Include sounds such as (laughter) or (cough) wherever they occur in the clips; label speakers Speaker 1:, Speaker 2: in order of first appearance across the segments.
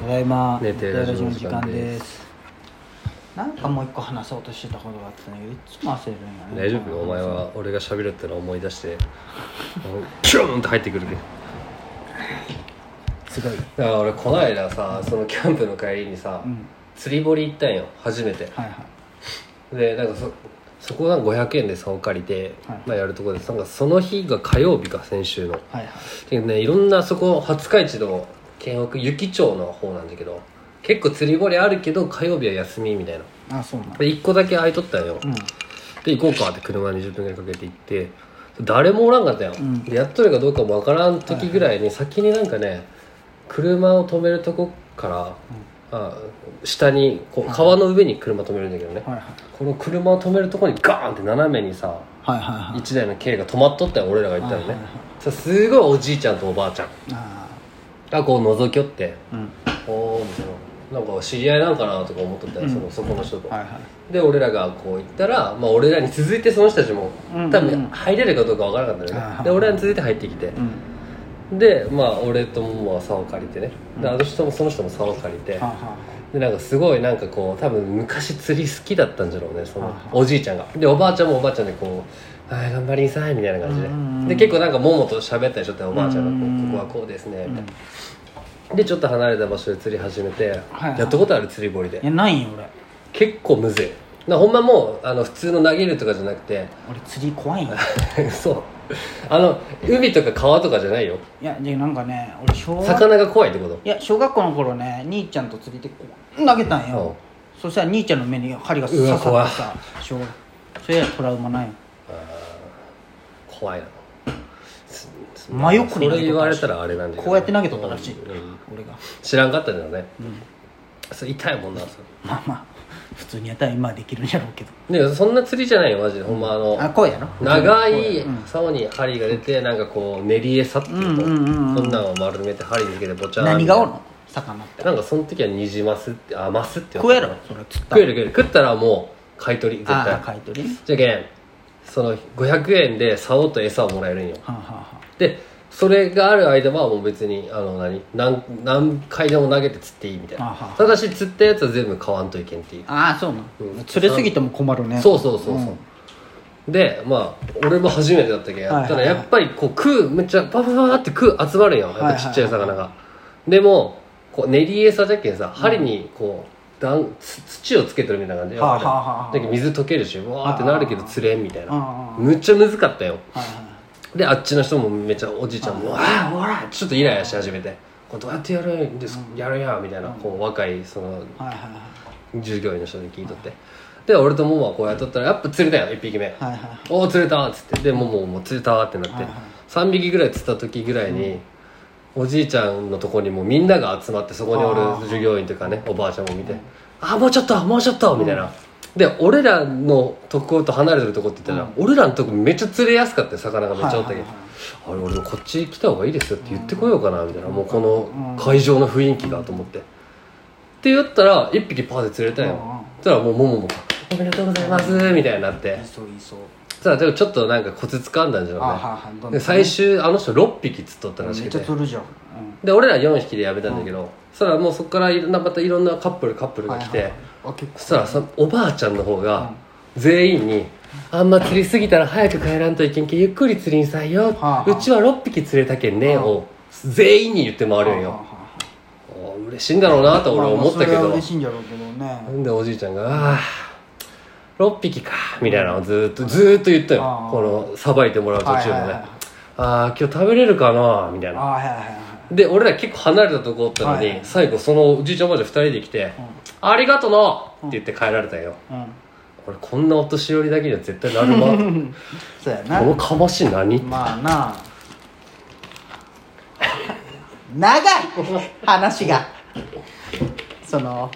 Speaker 1: ただいま
Speaker 2: 寝て
Speaker 1: ラ
Speaker 2: ラ
Speaker 1: ジ
Speaker 2: ジ
Speaker 1: オ
Speaker 2: オ
Speaker 1: の
Speaker 2: の
Speaker 1: 時
Speaker 2: 時
Speaker 1: 間
Speaker 2: 間
Speaker 1: で
Speaker 2: です
Speaker 1: なんかもう一個話そうとしてたことがあったんだけどいつも焦るんやね
Speaker 2: 大丈夫よお前は俺が喋るってのを思い出してもうキューンって入ってくるけだ
Speaker 1: すごい
Speaker 2: から俺この間さそのキャンプの帰りにさ、
Speaker 1: うん
Speaker 2: 釣り堀行ったんよ初めて
Speaker 1: はいはい
Speaker 2: でなんかそそこが500円で竿借りて、
Speaker 1: はい
Speaker 2: まあやるとこでなんかその日が火曜日か先週の
Speaker 1: はいはい
Speaker 2: でねいろんなそこ廿日市の県北雪町の方なんだけど結構釣り堀あるけど火曜日は休みみたいな
Speaker 1: あそうなん
Speaker 2: で1個だけ空いとったんよ、
Speaker 1: うん
Speaker 2: で行こうかって車20分ぐらいかけて行って誰もおらんかったよ、
Speaker 1: うん
Speaker 2: でやっとるかどうかもわからん時ぐらいに先になんかね車を止めるとこから、あ下にこう
Speaker 1: はい
Speaker 2: 川の上に車止めるんだけどね、
Speaker 1: はいはい
Speaker 2: この車を止めるとこにガーンって斜めにさ
Speaker 1: はいはいはい
Speaker 2: 1台の軽が止まっとったよ俺らが行ったの
Speaker 1: はい
Speaker 2: ね
Speaker 1: はいは
Speaker 2: さすごいおじいちゃんとおばあちゃん
Speaker 1: あ
Speaker 2: がこう覗きよって
Speaker 1: あうん
Speaker 2: 「おーみたいななんか知り合いなんかなとか思っとったよ、そのそこの人と、
Speaker 1: はいはい
Speaker 2: で俺らがこう行ったら、まあ、俺らに続いてその人たちも
Speaker 1: うん
Speaker 2: 多分入れるかどうかわからなかった
Speaker 1: あ
Speaker 2: よ
Speaker 1: ー
Speaker 2: ねで俺らに続いて入ってきて
Speaker 1: うん
Speaker 2: でまあ俺ともまあ竿借りてねであの人もその人も竿借りて
Speaker 1: はあは
Speaker 2: でなんかすごいなんかこう多分昔釣り好きだったんじゃろうねそ
Speaker 1: は
Speaker 2: の
Speaker 1: い
Speaker 2: おじいちゃんがでおばあちゃんもおばあちゃんでこう「はい頑張りんさい」みたいな感じで、
Speaker 1: うんうんうん
Speaker 2: で結構なんかももと喋ったりしょっておばあちゃん
Speaker 1: う
Speaker 2: がこう
Speaker 1: んうんうん
Speaker 2: ここはこうですね」
Speaker 1: あう
Speaker 2: みたい
Speaker 1: ん
Speaker 2: な、でちょっと離れた場所で釣り始めて、
Speaker 1: はい
Speaker 2: やったことある釣り堀で
Speaker 1: いやないんよ俺
Speaker 2: 結構むずいなほんまもうあの普通の投げるとかじゃなくて (laughs)
Speaker 1: 俺釣り怖いんよ
Speaker 2: そうあの海とか川とかじゃないよ
Speaker 1: いやでなんかね俺小学
Speaker 2: 魚が怖いってこと
Speaker 1: いや小学校の頃ね兄ちゃんと釣りでこう投げたんよそしたら兄ちゃんの目に針が刺さって
Speaker 2: うわ怖い
Speaker 1: さ小学それやトラウマないよ
Speaker 2: 怖いなすす
Speaker 1: 真横に
Speaker 2: それ言われたらあれなんだけど
Speaker 1: こうやって投げとったらしい
Speaker 2: うんうん
Speaker 1: 俺が
Speaker 2: 知らんかったんだよね、それ痛いもんなそ
Speaker 1: まあまあ普通にやったら今はできるんやろうけど
Speaker 2: れねそんな釣りじゃないよマジでほんまあの
Speaker 1: あ声やろ
Speaker 2: 長い竿に針が出てなんかこう練り餌っていうの、
Speaker 1: うんうんうんうん
Speaker 2: こんなんを丸めて針につけてぼちゃーん
Speaker 1: 何がおんの魚って
Speaker 2: なんかその時はニジマスってあマスって呼ん
Speaker 1: 食
Speaker 2: だ
Speaker 1: えろそれ釣った
Speaker 2: 食える食える食ったらもう買い取り絶
Speaker 1: ああ
Speaker 2: 対
Speaker 1: 買い取りね
Speaker 2: じゃけんその500円で竿と餌をもらえるんよ
Speaker 1: はあ、はあは
Speaker 2: でそれがある間はもう別にあの何何何回でも投げて釣っていいみたい
Speaker 1: あ
Speaker 2: な
Speaker 1: は
Speaker 2: ただし釣ったやつは全部買わんといけんっていう
Speaker 1: あ、ああそうな、
Speaker 2: うん
Speaker 1: ん、釣れすぎても困るね
Speaker 2: そうそうそうそう、でまあ俺も初めてだったけ
Speaker 1: は
Speaker 2: ん、
Speaker 1: いはいはい
Speaker 2: ただやっぱりこう食うめっちゃパパパパって食う集まるんよやっぱちっちゃい魚が、でもこう練り餌じゃけんさ針にこう、だんつ土をつけてるみたいな感じ
Speaker 1: はあはあはあ
Speaker 2: だけど水溶けるしわーってなるけど釣れんみたい
Speaker 1: うんう
Speaker 2: なん
Speaker 1: うん
Speaker 2: むっちゃむずかったよ
Speaker 1: はいはい
Speaker 2: であっちの人もめっちゃおじいちゃんも「ああほら!」ちょっとイライラし始めて「これどうやってやるんですやるや」みたいなこう若いその
Speaker 1: はいはい
Speaker 2: 従業員の人に聞いとってで俺とももはこうやっとったらやっぱ釣れたよ1匹目
Speaker 1: はいはいはい
Speaker 2: 「おお釣れた」っつってでももも釣れたってなって
Speaker 1: はい
Speaker 2: 3匹ぐらい釣った時ぐらいにおじいちゃんのとこにもうみんなが集まってそこにお
Speaker 1: あ
Speaker 2: る従業員とかねおばあちゃんも見て「ああもうちょっともうちょっと」みたいなで俺らのとこと離れてるとこって言ったら俺らのとこめっちゃ釣れやすかったよ魚がめっちゃおったけどあれ俺もこっち来た方がいいですよって言ってこようかなみたいなもうこの会場の雰囲気がと思ってって言ったら1匹パーで釣れたよ
Speaker 1: うんうん
Speaker 2: そしたらもうもももが「おめでとうございます」みたいになって
Speaker 1: いそういそう
Speaker 2: そしたらでもちょっとなんかコツ掴んだんじゃ
Speaker 1: あは
Speaker 2: ろ
Speaker 1: あはあど
Speaker 2: うんね
Speaker 1: ど
Speaker 2: で
Speaker 1: ん
Speaker 2: 最終あの人6匹釣っとったらし
Speaker 1: めっ
Speaker 2: く
Speaker 1: ちゃ
Speaker 2: て
Speaker 1: 釣るじゃん、
Speaker 2: で俺ら4匹でやめたんだけどそしたらもうそこからいろんなまたいろんなカップルカップル
Speaker 1: うん、
Speaker 2: が来て
Speaker 1: あ結構
Speaker 2: そしたらさおばあちゃんの方が全員に「あんま釣りすぎたら早く帰らんといけんけゆっくり釣りんさいよ」
Speaker 1: はあ
Speaker 2: うちは6匹釣れたけんね」
Speaker 1: はあ
Speaker 2: を全員に言って回るん
Speaker 1: は
Speaker 2: よ
Speaker 1: あはあ
Speaker 2: あー嬉しいんだろうなと俺は思った
Speaker 1: まあまあそ
Speaker 2: け
Speaker 1: れは
Speaker 2: ど
Speaker 1: 嬉しいんじゃろうけどね
Speaker 2: でおじいちゃんが「ああ6匹か」みたいなのをずーっとずーっと言ったよ
Speaker 1: ああ
Speaker 2: このさばいてもらう途中
Speaker 1: は
Speaker 2: も
Speaker 1: いはいは
Speaker 2: ね
Speaker 1: い
Speaker 2: 「ああ今日食べれるかな」みたい
Speaker 1: あ
Speaker 2: な
Speaker 1: はいはいはいはい
Speaker 2: で俺ら結構離れたとこおったの
Speaker 1: はいは
Speaker 2: に
Speaker 1: い
Speaker 2: 最後そのおじいちゃんおばあちゃん2人で来て「ありがとうの!」って言って帰られたよ
Speaker 1: うん
Speaker 2: 俺こんなお年寄りだけには絶対なるま
Speaker 1: そうや
Speaker 2: この
Speaker 1: な
Speaker 2: かまし何
Speaker 1: まあな長い話がその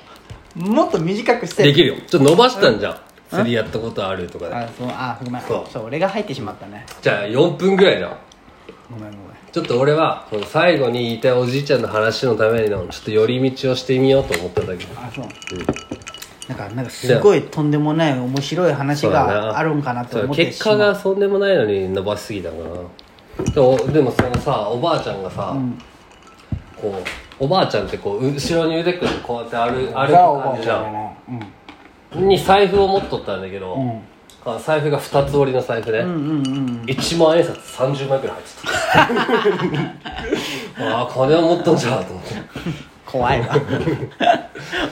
Speaker 1: もっと短くして
Speaker 2: できるよちょっと伸ばしたんじゃん釣りやったことあるとかで
Speaker 1: あそうあごめんそ
Speaker 2: そうう
Speaker 1: 俺が入ってしまったね
Speaker 2: じゃあ4分ぐらいだ
Speaker 1: ごめんごめん
Speaker 2: ちょっと俺はこの最後に言いたいおじいちゃんの話のためのちょっと寄り道をしてみようと思ったんだけど
Speaker 1: あそう、なんかなんかすごいとんでもない面白い話
Speaker 2: そうだな
Speaker 1: があるんかなと思って
Speaker 2: そう結
Speaker 1: しま
Speaker 2: 果
Speaker 1: う
Speaker 2: がそんでもないのに伸ばしすぎたかなでもでもそのさおばあちゃんがさ、こうおばあちゃんってこう後ろに腕組んでこうやって歩歩
Speaker 1: ザお
Speaker 2: く
Speaker 1: ば
Speaker 2: 感
Speaker 1: あ
Speaker 2: じ
Speaker 1: ち
Speaker 2: じ
Speaker 1: ゃ
Speaker 2: ゃ
Speaker 1: んや
Speaker 2: ん
Speaker 1: ね
Speaker 2: に財布を持っとったんだけど、
Speaker 1: うんうん
Speaker 2: あ財布が2つ折りの財布で、
Speaker 1: うんうんうん
Speaker 2: 1万円札30枚くらい入ってた
Speaker 1: (laughs)
Speaker 2: ああ金を持っとんじゃと思って
Speaker 1: 怖
Speaker 2: (laughs)
Speaker 1: いわ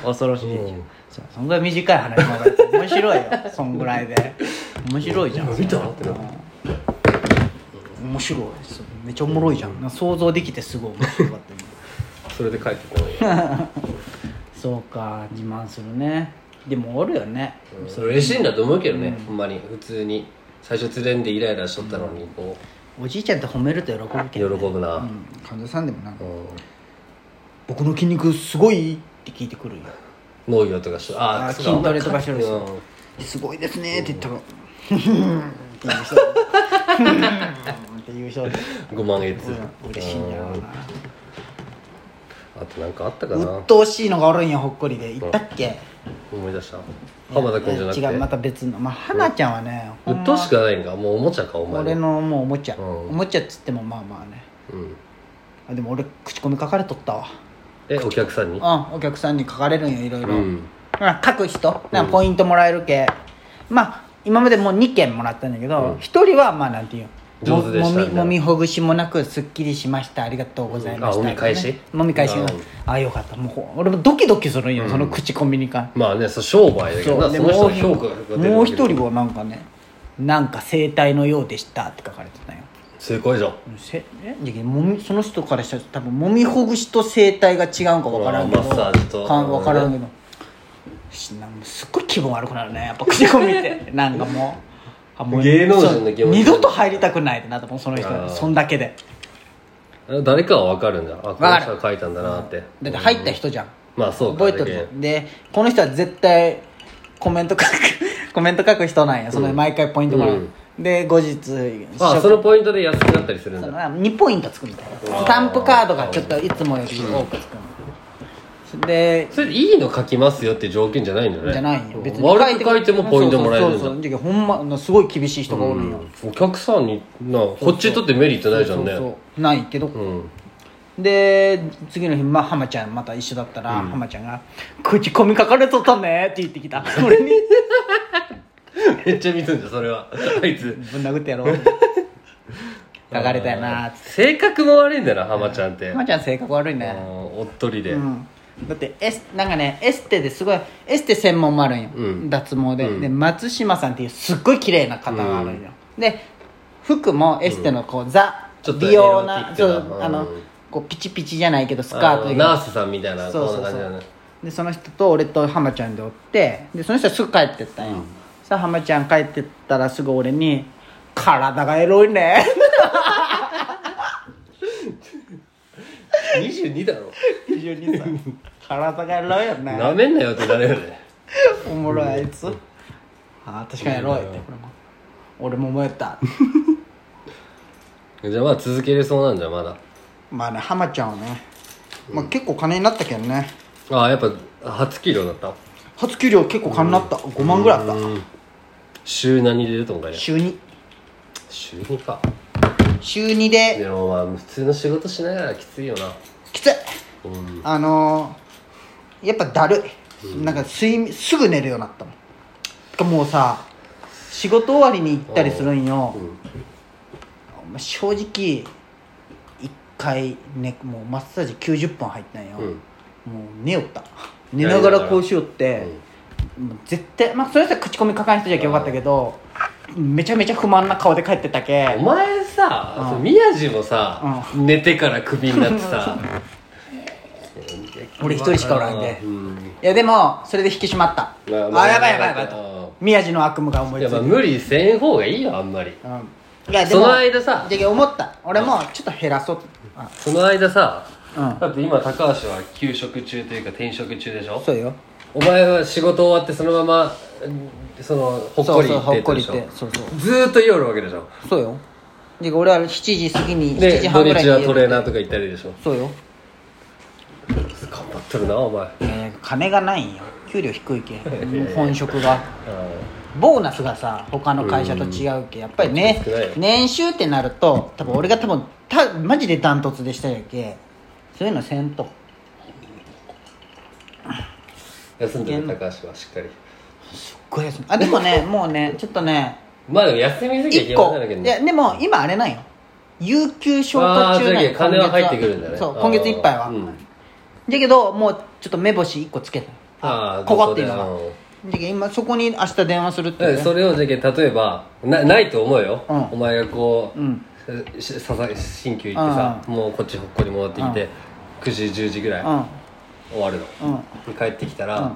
Speaker 1: 恐ろしいじゃん、そうそんぐらい短い話まだ面白いよそんぐらいで面白いじゃん
Speaker 2: 見たってなって
Speaker 1: 面白いそうめっちゃおもろいじゃん、想像できてすごい面白かった今
Speaker 2: それで帰ってこない
Speaker 1: (laughs) そうか自慢するねでもおるよね
Speaker 2: それ嬉しいんだと思うけどね、ほんまに普通に最初連れんでイライラしとったのにこ
Speaker 1: おじいちゃんって褒めると喜ぶ
Speaker 2: う
Speaker 1: け
Speaker 2: 喜
Speaker 1: ど、ね、
Speaker 2: ぶな、
Speaker 1: うん患者さんでもなんか
Speaker 2: うん
Speaker 1: 「僕の筋肉すごい?」って聞いてくるよ
Speaker 2: 農業とかしとあ
Speaker 1: あー
Speaker 2: あ
Speaker 1: 筋トレとかしてるんですよ「
Speaker 2: う
Speaker 1: すごいですね」って言ったら「ふふん」って言う人ふふんって言う人
Speaker 2: ん5万円ずつ、
Speaker 1: うん嬉しいんだろうな
Speaker 2: あとなんかあったか
Speaker 1: 鬱
Speaker 2: な
Speaker 1: 陶しいのがおるんやほっこりで言ったっけ
Speaker 2: 思い出した浜田君じゃなくて
Speaker 1: 違うまた別のまあ花ちゃんはねほん
Speaker 2: 鬱
Speaker 1: ま
Speaker 2: 陶しくはないんかもうおもちゃかお前
Speaker 1: 俺のもうおもちゃ、
Speaker 2: うん
Speaker 1: おもちゃっつってもまあまあね
Speaker 2: うん
Speaker 1: あでも俺口コミ書かれとったわ
Speaker 2: えお客さんに
Speaker 1: うんお客さんに書かれるんよいろいろ、
Speaker 2: うん
Speaker 1: まあ書く人なんかポイントもらえるけ、まあ今までもう2件もらったんだけど、一1人はまあなんていう
Speaker 2: 上手でし
Speaker 1: も
Speaker 2: たみ
Speaker 1: み
Speaker 2: たいな
Speaker 1: もみほぐしもなくすっきりしましたありがとうございました、
Speaker 2: うんあもみ返し
Speaker 1: もみ返しが
Speaker 2: うん
Speaker 1: ああよかったもうほ俺もドキドキするんよ、その口コミに関
Speaker 2: まあねそう商売だけどな
Speaker 1: で
Speaker 2: その人
Speaker 1: もう
Speaker 2: の評価が出るわけで
Speaker 1: もう一人はなんかね「なんか生態のようでした」って書かれてたよ
Speaker 2: 正解じゃん
Speaker 1: せえじゃけもみその人からしたら多分もみほぐしと生態が違うんか分からんけど
Speaker 2: まあマッサージと
Speaker 1: か分からんけど、しなんかすっごい気分悪くなるねやっぱ口コミって
Speaker 2: (laughs)
Speaker 1: なんかもうあもう
Speaker 2: 芸能人の気持ち
Speaker 1: そう二度と入りたくないってなったもんその人
Speaker 2: あー
Speaker 1: そんだけで
Speaker 2: あ誰かは分かるんだあこの人
Speaker 1: かる
Speaker 2: が書いたんだなって
Speaker 1: だって入った人じゃん、
Speaker 2: まあそうか
Speaker 1: 覚えとるじゃんでこの人は絶対コメント書くコメント書く人なんやその毎回ポイントもらう、で後日
Speaker 2: あそのポイントで安くなったりするんだ
Speaker 1: 2ポイントつくみたいな
Speaker 2: あー
Speaker 1: スタンプカードがちょっといつもより多くつくので
Speaker 2: それでいいの書きますよって条件じゃないんだね
Speaker 1: じゃないんよ別に
Speaker 2: 悪く書いてもポイントもらえるん
Speaker 1: そうそう
Speaker 2: だ
Speaker 1: そうほんまのすごい厳しい人がおるんよ、
Speaker 2: お客さんになこっちとってメリットないじゃんね
Speaker 1: そうそうそうないけど、
Speaker 2: うん (laughs)
Speaker 1: で次の日、まあ、浜ちゃんまた一緒だったら、浜ちゃんが「口コミ書かれとったね」って言ってき
Speaker 2: (laughs)
Speaker 1: た俺に
Speaker 2: めっちゃ見るんじゃんそれは (laughs) あいつ
Speaker 1: ぶん殴ってやろう (laughs) 書かれたよなって
Speaker 2: 性格も悪いんだよな浜ちゃんって
Speaker 1: 浜ちゃん性格悪いね、
Speaker 2: うんおっとりで
Speaker 1: うんだってエスなんかねエステですごいエステ専門もあるんよ、
Speaker 2: うん
Speaker 1: 脱毛で,、
Speaker 2: うん
Speaker 1: で松島さんっていうすっごい綺麗な方があるんよ、で服もエステのこう、ザ
Speaker 2: ちょっと
Speaker 1: 美容な
Speaker 2: エロテ
Speaker 1: そ
Speaker 2: ィックな
Speaker 1: うあの、
Speaker 2: うん
Speaker 1: こうピチピチじゃないけどスカート
Speaker 2: あ
Speaker 1: で
Speaker 2: のナースさんみたいな
Speaker 1: そう
Speaker 2: こ
Speaker 1: そ
Speaker 2: ん
Speaker 1: う
Speaker 2: な
Speaker 1: そ
Speaker 2: 感じだ
Speaker 1: う
Speaker 2: ね
Speaker 1: でその人と俺と浜ちゃんでおってでその人はすぐ帰ってったんよ、さあ浜ちゃん帰ってったらすぐ俺に「体がエロいね」
Speaker 2: 22だろ
Speaker 1: 22歳体がエロいよね
Speaker 2: なめんなよってなるよね
Speaker 1: おもろいあいつ、ああ確かにやろうって俺も思えた
Speaker 2: じゃあまあ続けれそうなんじゃまだ
Speaker 1: まあね浜ちゃんはね、まあ、結構金になったけどね
Speaker 2: ああやっぱ初給料だった
Speaker 1: 初給料結構金になった、5万ぐらいあった、
Speaker 2: 週何で出ると思うかね
Speaker 1: 週2
Speaker 2: 週2か
Speaker 1: 週2で
Speaker 2: でもまあ普通の仕事しながらきついよな
Speaker 1: きつい
Speaker 2: うん
Speaker 1: あのー、やっぱだるい、なんか睡眠すぐ寝るようになったもんてかもうさ仕事終わりに行ったりするんよ、お前正直一回、ね、もうマッサージ90分入ったんよ、
Speaker 2: うん
Speaker 1: もう寝よった寝ながらこうしよって、もう絶対まあそれ人は口コミ書かん人じゃけよかったけどめちゃめちゃ不満な顔で帰ってた
Speaker 2: お
Speaker 1: け
Speaker 2: 前さ、その宮地もさ、寝てからクビになって
Speaker 1: (laughs)
Speaker 2: さ
Speaker 1: 俺一人しかおらんで、
Speaker 2: うん
Speaker 1: いやでもそれで引き締まった、
Speaker 2: まあ
Speaker 1: あ
Speaker 2: まあ
Speaker 1: やばいやばいやばい
Speaker 2: うん
Speaker 1: と宮地の悪夢が思い
Speaker 2: い
Speaker 1: つい
Speaker 2: や
Speaker 1: た
Speaker 2: まあ無理せん方がいいよあんまり
Speaker 1: うんいやでも
Speaker 2: その間さ
Speaker 1: じゃけ思った俺もちょっと減らそうあ
Speaker 2: その間さ、
Speaker 1: うん
Speaker 2: だって今高橋は休職中というか転職中でしょ
Speaker 1: そうよ
Speaker 2: お前は仕事終わってそのままうんそのほっこり
Speaker 1: そうそう
Speaker 2: 行
Speaker 1: ほ
Speaker 2: って
Speaker 1: っこ
Speaker 2: たで
Speaker 1: り
Speaker 2: し
Speaker 1: 行
Speaker 2: ょ
Speaker 1: ってそうそう
Speaker 2: ずーっと家おるわけでしょ
Speaker 1: そうよで俺は7時過ぎに7
Speaker 2: で
Speaker 1: 時
Speaker 2: 土
Speaker 1: 半ぐらい
Speaker 2: 日
Speaker 1: に
Speaker 2: はトレーナーとか行ったりでしょ
Speaker 1: そうよ
Speaker 2: 頑張っとるなお前
Speaker 1: いやいや金がないんよ給料低いけ
Speaker 2: (laughs)
Speaker 1: もう本職がボーナスがさ他の会社と違うけやっぱりね
Speaker 2: 少ないよ
Speaker 1: 年収ってなると多分俺が多分たマジでダントツでしたやけそういうのせんと
Speaker 2: 休んでる高橋はしっかり
Speaker 1: すっごい休みあでもね
Speaker 2: (laughs)
Speaker 1: もうねちょっとね
Speaker 2: まあでも休みすぎは
Speaker 1: 一
Speaker 2: 暇
Speaker 1: 個
Speaker 2: なんだけど
Speaker 1: い
Speaker 2: ね
Speaker 1: やでも今あれなんよ有給消
Speaker 2: あ
Speaker 1: 化
Speaker 2: あそ
Speaker 1: 中
Speaker 2: う
Speaker 1: なん
Speaker 2: だけど
Speaker 1: よ
Speaker 2: 金は入ってくるんだね
Speaker 1: そう今月いっぱいは、
Speaker 2: あーうん
Speaker 1: だけどもうちょっと目星1個つけた
Speaker 2: ああ
Speaker 1: ここっていうの
Speaker 2: そ
Speaker 1: が
Speaker 2: だよ
Speaker 1: だけど今そこに明日電話するっていう
Speaker 2: え
Speaker 1: ね
Speaker 2: それをじゃけ例えばなないと思うよ、
Speaker 1: うん
Speaker 2: お前がこう、
Speaker 1: うん
Speaker 2: しささ新旧行ってさ、もうこっちほっこり戻ってきて、9時10時ぐらい、
Speaker 1: うん
Speaker 2: 終わるの、で帰ってきたら、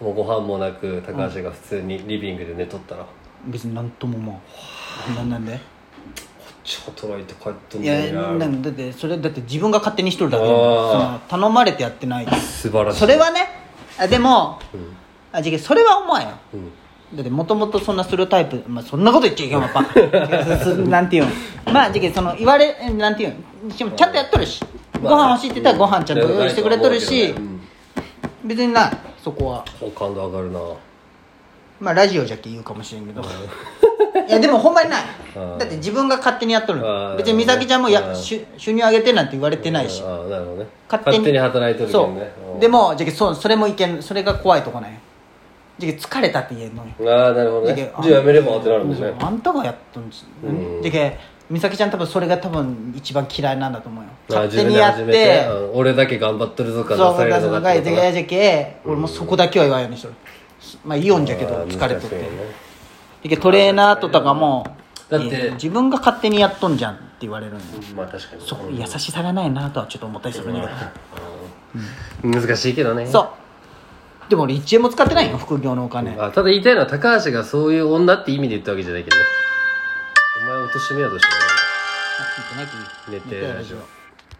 Speaker 2: もうご飯もなく高橋が普通にリビングで寝とったら、
Speaker 1: 別になんとも思うなんなんで
Speaker 2: ちょっと働いて帰っとん
Speaker 1: い
Speaker 2: の
Speaker 1: や
Speaker 2: にな
Speaker 1: なんだってそれだって自分が勝手にしとるだけ
Speaker 2: あー
Speaker 1: その頼まれてやってない
Speaker 2: 素晴らしい
Speaker 1: それはねあでも
Speaker 2: うん
Speaker 1: あじゃあそれは思わんよ
Speaker 2: うん
Speaker 1: だってもともとそんなステレオタイプ、まあ、そんなこと言っちゃいけんわパ
Speaker 2: (laughs)
Speaker 1: ンそなんていうのまあじゃあその言われなんていうのしかもちゃんとやっとるし、ご飯欲しいって言ったらご飯ちゃんと用意してくれとるし、
Speaker 2: うん
Speaker 1: 別になそこは
Speaker 2: 好感度上がるな
Speaker 1: まあラジオじゃって言うかもしれんけどいやでもほんまに
Speaker 2: (laughs)
Speaker 1: ない
Speaker 2: うん
Speaker 1: だって自分が勝手にやっとる
Speaker 2: う
Speaker 1: の
Speaker 2: ん
Speaker 1: 別に美咲ちゃんも
Speaker 2: う
Speaker 1: や
Speaker 2: ん
Speaker 1: 収収入上げてなんて言われてないし
Speaker 2: ああなるほどね
Speaker 1: 勝手
Speaker 2: 勝手
Speaker 1: に
Speaker 2: に働いてるけ
Speaker 1: そ
Speaker 2: どね
Speaker 1: うでもじゃけそうそれもいけんそれが怖いとこなんよじゃけ疲れたって言えんのよ
Speaker 2: ああなるほどね
Speaker 1: じ
Speaker 2: じ
Speaker 1: ゃけ
Speaker 2: ゃあやめればってなるんです
Speaker 1: う
Speaker 2: ね
Speaker 1: んあんたがやっとんです
Speaker 2: うん
Speaker 1: じゃけ美咲ちゃん多分それが多分一番嫌いなんだと思うよ
Speaker 2: ああ
Speaker 1: 勝手にやっ
Speaker 2: 自分で
Speaker 1: て
Speaker 2: 始めうん俺だけ頑張っとるぞ
Speaker 1: そ
Speaker 2: か
Speaker 1: う
Speaker 2: 出され
Speaker 1: 出
Speaker 2: る
Speaker 1: す
Speaker 2: の
Speaker 1: の
Speaker 2: か
Speaker 1: が
Speaker 2: っ
Speaker 1: い
Speaker 2: て
Speaker 1: じ
Speaker 2: こ
Speaker 1: け
Speaker 2: と
Speaker 1: やじけ俺もそこだけは言わんようにしとるまあイオンじゃけど
Speaker 2: ああ
Speaker 1: 疲れとっ
Speaker 2: 難
Speaker 1: て
Speaker 2: しいよね
Speaker 1: でトレーナーとかがもう
Speaker 2: だって
Speaker 1: いや自分が勝手にやっとんじゃんって言われるんよ
Speaker 2: うんまあ確かに
Speaker 1: そこ優しさがないなとはちょっと思ったりするね
Speaker 2: うん難しいけどね
Speaker 1: そうでも俺1円も使ってないよ副業のお金
Speaker 2: あただ言いたいのは高橋がそういう女って意味で言ったわけじゃないけどねお前を貶めようとして
Speaker 1: 聞いてない聞い
Speaker 2: 寝てラジオ